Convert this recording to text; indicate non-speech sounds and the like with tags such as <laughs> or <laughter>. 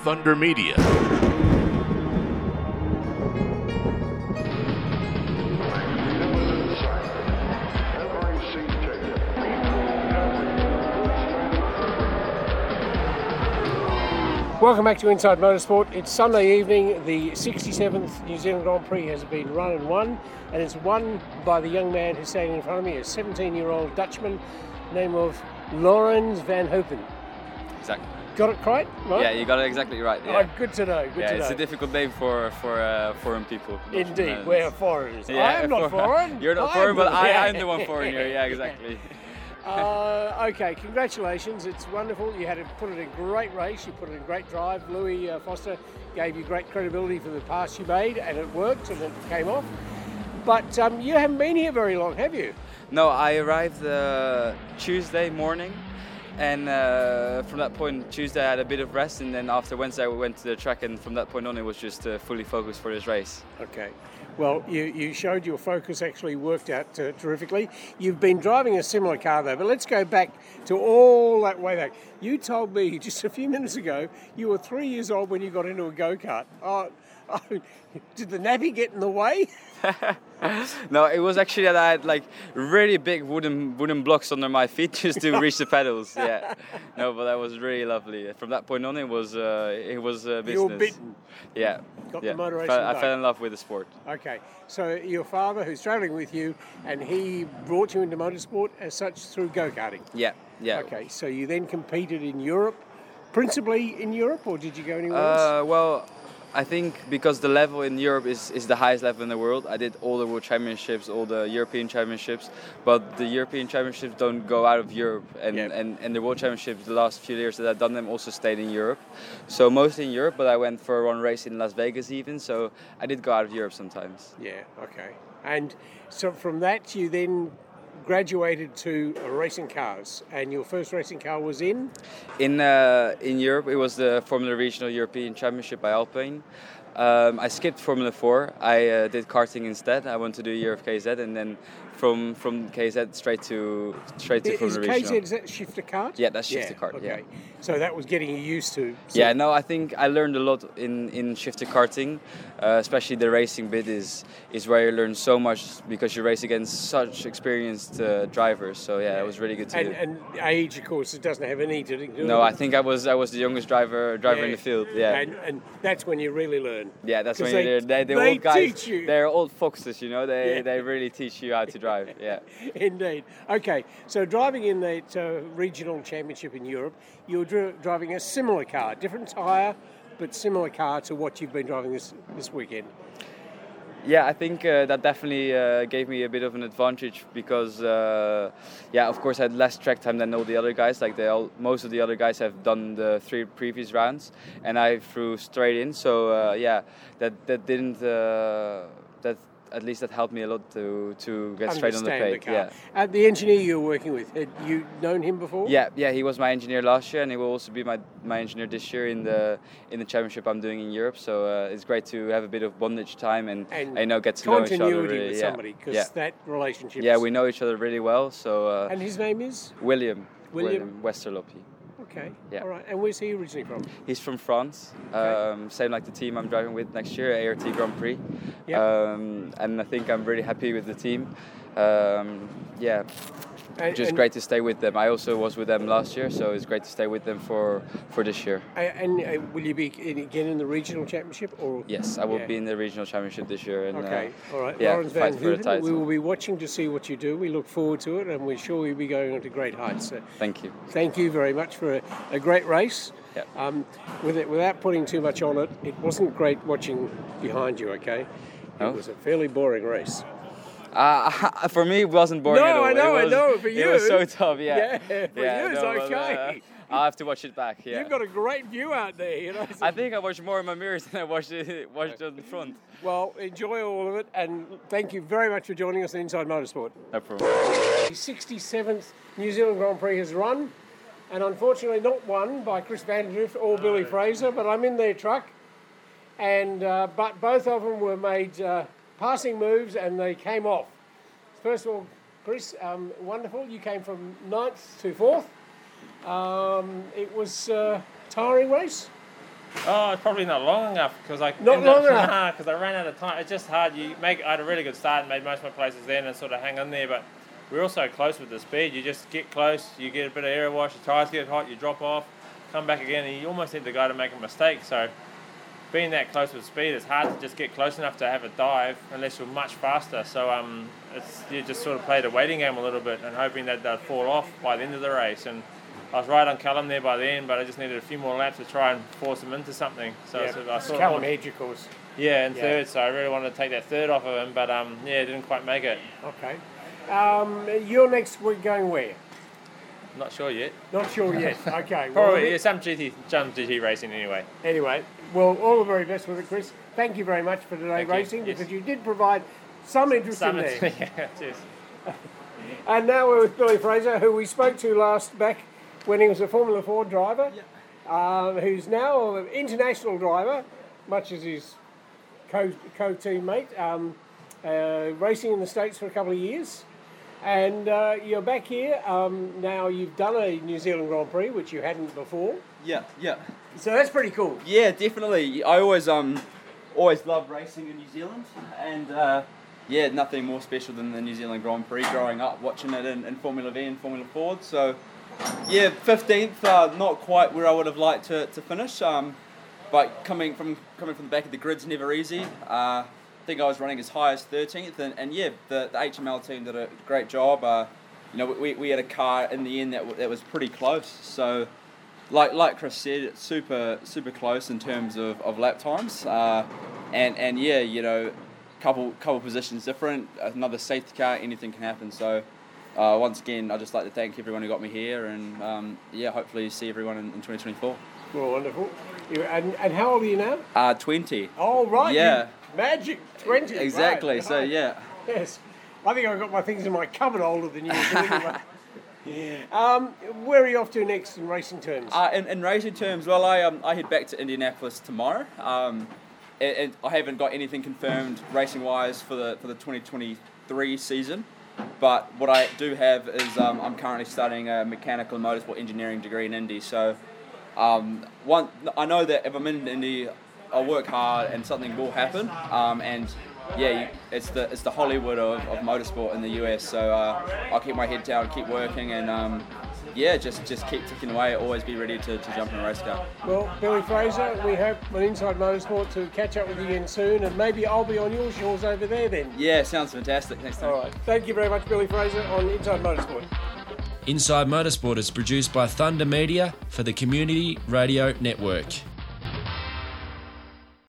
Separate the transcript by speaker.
Speaker 1: Thunder Media.
Speaker 2: Welcome back to Inside Motorsport. It's Sunday evening. The 67th New Zealand Grand Prix has been run and won, and it's won by the young man who's standing in front of me, a 17 year old Dutchman, name of Laurens van Hopen.
Speaker 3: Exactly.
Speaker 2: Got it right? right?
Speaker 3: Yeah, you got it exactly right. Yeah,
Speaker 2: Oh, good to know. Good
Speaker 3: yeah
Speaker 2: to know.
Speaker 3: it's a difficult name for for uh, foreign people. Not
Speaker 2: Indeed,
Speaker 3: Romanians.
Speaker 2: we're foreigners.
Speaker 3: Yeah,
Speaker 2: I am not
Speaker 3: for-
Speaker 2: foreign.
Speaker 3: <laughs> You're not
Speaker 2: I'm
Speaker 3: foreign, but
Speaker 2: not-
Speaker 3: I, I'm the one foreigner.
Speaker 2: <laughs>
Speaker 3: Yeah, exactly.
Speaker 2: uh, okay, congratulations. It's wonderful. You had a, put in a great race. You put in a great drive. Louis uh, Foster gave you great credibility for the pass you made, and it worked, and it came off. But um, you haven't been here very long, have you?
Speaker 3: No, I arrived uh, Tuesday morning, and uh, from that point, Tuesday I had a bit of rest, and then after Wednesday we went to the track, and from that point on, it was just uh, fully focused for this race.
Speaker 2: Okay. Well, you, you showed your focus actually worked out uh, terrifically. You've been driving a similar car though, but let's go back to all that way back. You told me <laughs> just a few minutes ago you were three years old when you got into a go kart. Oh, <laughs> oh, did the nappy get in the way?
Speaker 3: No, it was actually that I had like really big wooden wooden blocks under my feet <laughs> just to reach the pedals. Yeah, no, but that was really lovely. From that point on, it was uh, it was uh, business.
Speaker 2: You were bitten.
Speaker 3: Yeah.
Speaker 2: Got the
Speaker 3: yeah.
Speaker 2: motivation
Speaker 3: Fell- I
Speaker 2: back.
Speaker 3: fell in love with the sport.
Speaker 2: Okay. So your father, who's travelling with you, and he brought you into motorsport as such through go karting.
Speaker 3: Yeah. Yeah.
Speaker 2: Okay. So you then competed in Europe, principally in Europe, or did you go anywhere else?
Speaker 3: Uh, well, I think because the level in Europe is, is the highest level in the world. I did all the world championships, all the European championships, but the European championships don't go out of Europe, and
Speaker 2: Yeah.
Speaker 3: and, and the world championships the last few years that I've done them also stayed in Europe. So mostly in Europe, but I went for one race in Las Vegas even. So I did go out of Europe sometimes.
Speaker 2: Yeah, okay. And so from that, you then graduated to uh, racing cars, and your first racing car was in?
Speaker 3: In uh, in Europe, it was the Formula Regional European Championship by Alpine. Um, I skipped Formula Four. I uh, did karting instead. I went to do a year of KZ, and then from from KZ straight to straight to
Speaker 2: Is
Speaker 3: Formula
Speaker 2: KZ,
Speaker 3: Regional.
Speaker 2: is that shifter cart?
Speaker 3: Yeah, that's shifter kart, yeah.
Speaker 2: So that was getting you used to. so-
Speaker 3: Yeah, no, I think I learned a lot in in shifter karting, uh, especially the racing bit is is where you learn so much because you race against such experienced uh, drivers. So yeah, it was really good to
Speaker 2: And,
Speaker 3: do.
Speaker 2: and age, of course, it doesn't have any to do
Speaker 3: no, I think I was I was the youngest driver driver in the field. Yeah.
Speaker 2: And, and that's when you really learn.
Speaker 3: Yeah, that's
Speaker 2: 'Cause
Speaker 3: when they, are they, they're
Speaker 2: they
Speaker 3: old guys.
Speaker 2: teach you.
Speaker 3: They're old foxes, you know. They
Speaker 2: Yeah.
Speaker 3: they really teach you how to drive. Yeah.
Speaker 2: <laughs> Indeed. Okay, so driving in that uh, regional championship in Europe, you were dri- driving a similar car, different tyre, but similar car to what you've been driving this, this weekend.
Speaker 3: Yeah, I think uh, that definitely uh, gave me a bit of an advantage because, uh, yeah, of course, I had less track time than all the other guys. Like they all, most of the other guys have done the three previous rounds, and I threw straight in. So uh, yeah, that that didn't uh, that at least that helped me a lot to to get straight on the
Speaker 2: Understand
Speaker 3: page. Yeah.
Speaker 2: And the engineer you were working with, had you known him before?
Speaker 3: Yeah, yeah, he was my engineer last year, and he will also be my, my engineer this year in the in the championship I'm doing in Europe. So uh, it's great to have a bit of bondage time and,
Speaker 2: And
Speaker 3: you know get to know each
Speaker 2: Continuity
Speaker 3: other. Really,
Speaker 2: with
Speaker 3: yeah.
Speaker 2: somebody because
Speaker 3: yeah.
Speaker 2: that relationship.
Speaker 3: yeah,
Speaker 2: is-
Speaker 3: we know each other really well. So uh,
Speaker 2: And his name is
Speaker 3: William,
Speaker 2: William.
Speaker 3: Westerloppi.
Speaker 2: okay.
Speaker 3: Yeah.
Speaker 2: All right. And where's he originally from?
Speaker 3: He's from France.
Speaker 2: Okay.
Speaker 3: Um, same like the team I'm driving with next year, ART Grand Prix.
Speaker 2: Yeah.
Speaker 3: Um, and I think I'm really happy with the team. Um, yeah,
Speaker 2: And,
Speaker 3: just
Speaker 2: and-
Speaker 3: great to stay with them. I also was with them last year, so it's great to stay with them for for this year.
Speaker 2: And, and, uh, will you be in, again in the regional championship or?
Speaker 3: Yes, I will
Speaker 2: Yeah.
Speaker 3: be in the regional championship this year. And,
Speaker 2: Okay,
Speaker 3: uh,
Speaker 2: all right.
Speaker 3: yeah,
Speaker 2: Lawrence Van
Speaker 3: fight for the
Speaker 2: Houten, we
Speaker 3: title.
Speaker 2: will be watching to see what you do. We look forward to it, and we're sure you'll be going on to great heights. So
Speaker 3: Thank you.
Speaker 2: thank you very much for a, a great race.
Speaker 3: Yeah.
Speaker 2: Um, with it, without putting too much on it, it wasn't great watching behind you, okay?
Speaker 3: No?
Speaker 2: It was a fairly boring race.
Speaker 3: Uh, <laughs> for me, it wasn't boring
Speaker 2: No,
Speaker 3: at all.
Speaker 2: I know,
Speaker 3: it
Speaker 2: I
Speaker 3: was,
Speaker 2: know, for
Speaker 3: It was
Speaker 2: you-
Speaker 3: so tough, <laughs> yeah.
Speaker 2: Yeah, for you it's
Speaker 3: no, but,
Speaker 2: <laughs>
Speaker 3: uh,
Speaker 2: okay.
Speaker 3: I'll have to watch it back, yeah.
Speaker 2: You've got a great view out there, you know. so-
Speaker 3: I think I watched more in my mirrors than I watched it, <laughs> watched it on the front.
Speaker 2: well, enjoy all of it, and thank you very much for joining us on Inside Motorsport.
Speaker 3: No problem.
Speaker 2: The 67th New Zealand Grand Prix has run, and unfortunately not won by Chris Vanderdrift or Billy Fraser, but I'm in their truck. And uh, but both of them were made uh, passing moves, and they came off. First of all, Chris, um, wonderful. You came from ninth to fourth. Um, it was a tiring race.
Speaker 1: Oh, probably not long enough because I
Speaker 2: Not
Speaker 1: ended up-
Speaker 2: long enough.
Speaker 1: <laughs> Nah, 'cause I ran out of time. It's just hard. You make. I had a really good start and made most of my places then and sort of hang on there. But we're also close with the speed. You just get close. You get a bit of air wash. Your tires get hot. You drop off. Come back again, and you almost need the guy to make a mistake. So, being that close with speed, it's hard to just get close enough to have a dive unless you're much faster. So, um, it's you just sort of play the waiting game a little bit and hoping that they'd fall off by the end of the race. And I was right on Callum there by the end, but I just needed a few more laps to try and force him into something. So,
Speaker 2: Yeah,
Speaker 1: I sort of- I
Speaker 2: it's
Speaker 1: sort of
Speaker 2: Callum
Speaker 1: pulled-
Speaker 2: Edge, of course.
Speaker 1: yeah, and
Speaker 2: Yeah.
Speaker 1: third, so I really wanted to take that third off of him, but um, yeah, didn't quite make it.
Speaker 2: Okay. Um, you're next week going where?
Speaker 1: Not sure yet.
Speaker 2: Not sure yet. Okay. well,
Speaker 1: Probably yeah, some GT, some GT racing anyway.
Speaker 2: Anyway, well, all the very best with it, Chris. Thank you very much for today
Speaker 1: Thank you.
Speaker 2: racing
Speaker 1: Yes.
Speaker 2: because you did provide some interest
Speaker 1: Some,
Speaker 2: in there.
Speaker 1: <laughs> yeah, cheers.
Speaker 2: And now we're with Billy Fraser, who we spoke to last back when he was a Formula Four driver, um, who's now an international driver, much as his co co teammate, um, uh, racing in the States for a couple of years. And uh, you're back here. Um, now you've done a New Zealand Grand Prix, which you hadn't before.
Speaker 4: Yeah, yeah,
Speaker 2: So that's pretty cool.
Speaker 4: yeah, definitely. I always um, always love racing in New Zealand, and uh, yeah, nothing more special than the New Zealand Grand Prix. Growing up, watching it in, in Formula V and Formula Ford, so yeah, fifteenth, uh, not quite where I would have liked to, to finish. Um, but coming from coming from the back of the grid's never easy. Uh, I think I was running as high as 13th, and, and yeah, the, the HML team did a great job. Uh, you know, we, we had a car in the end that, w- that was pretty close. So, like like Chris said, it's super super close in terms of, of lap times. Uh, and and yeah, you know, couple couple positions different, another safety car, anything can happen. So. Uh, once again, I'd just like to thank everyone who got me here, and um, yeah, hopefully see everyone in, in 2024.
Speaker 2: Well, wonderful. You, and, and how old are you now?
Speaker 4: Uh, 20.
Speaker 2: Oh, right. you
Speaker 4: Yeah.
Speaker 2: magic 20. right,
Speaker 4: Exactly. So
Speaker 2: right.
Speaker 4: yeah.
Speaker 2: Yes. I think I've got my things in my cupboard older than you. do
Speaker 4: <laughs>
Speaker 2: anyway. um, where are you off to next in racing terms?
Speaker 4: Uh, in, in racing terms, well, I um, I head back to Indianapolis tomorrow. Um, and, and I haven't got anything confirmed racing wise for the for the 2023 season. But what I do have is um, I'm currently studying a mechanical and motorsport engineering degree in Indy. So um, one, I know that if I'm in Indy, I'll work hard and something will happen. Um, and yeah, you- it's the it's the Hollywood of, of motorsport in the US. So uh, I'll keep my head down, keep working, and um, yeah, just just keep ticking away. Always be ready to, to jump in a race car.
Speaker 2: well, Billy Fraser, we hope on Inside Motorsport to catch up with you again soon, and maybe I'll be on your shores over there then.
Speaker 4: Yeah, sounds fantastic. Thanks. Tim.
Speaker 2: All right. Thank you very much, Billy Fraser, on Inside Motorsport.
Speaker 5: Inside Motorsport is produced by Thunder Media for the Community Radio Network.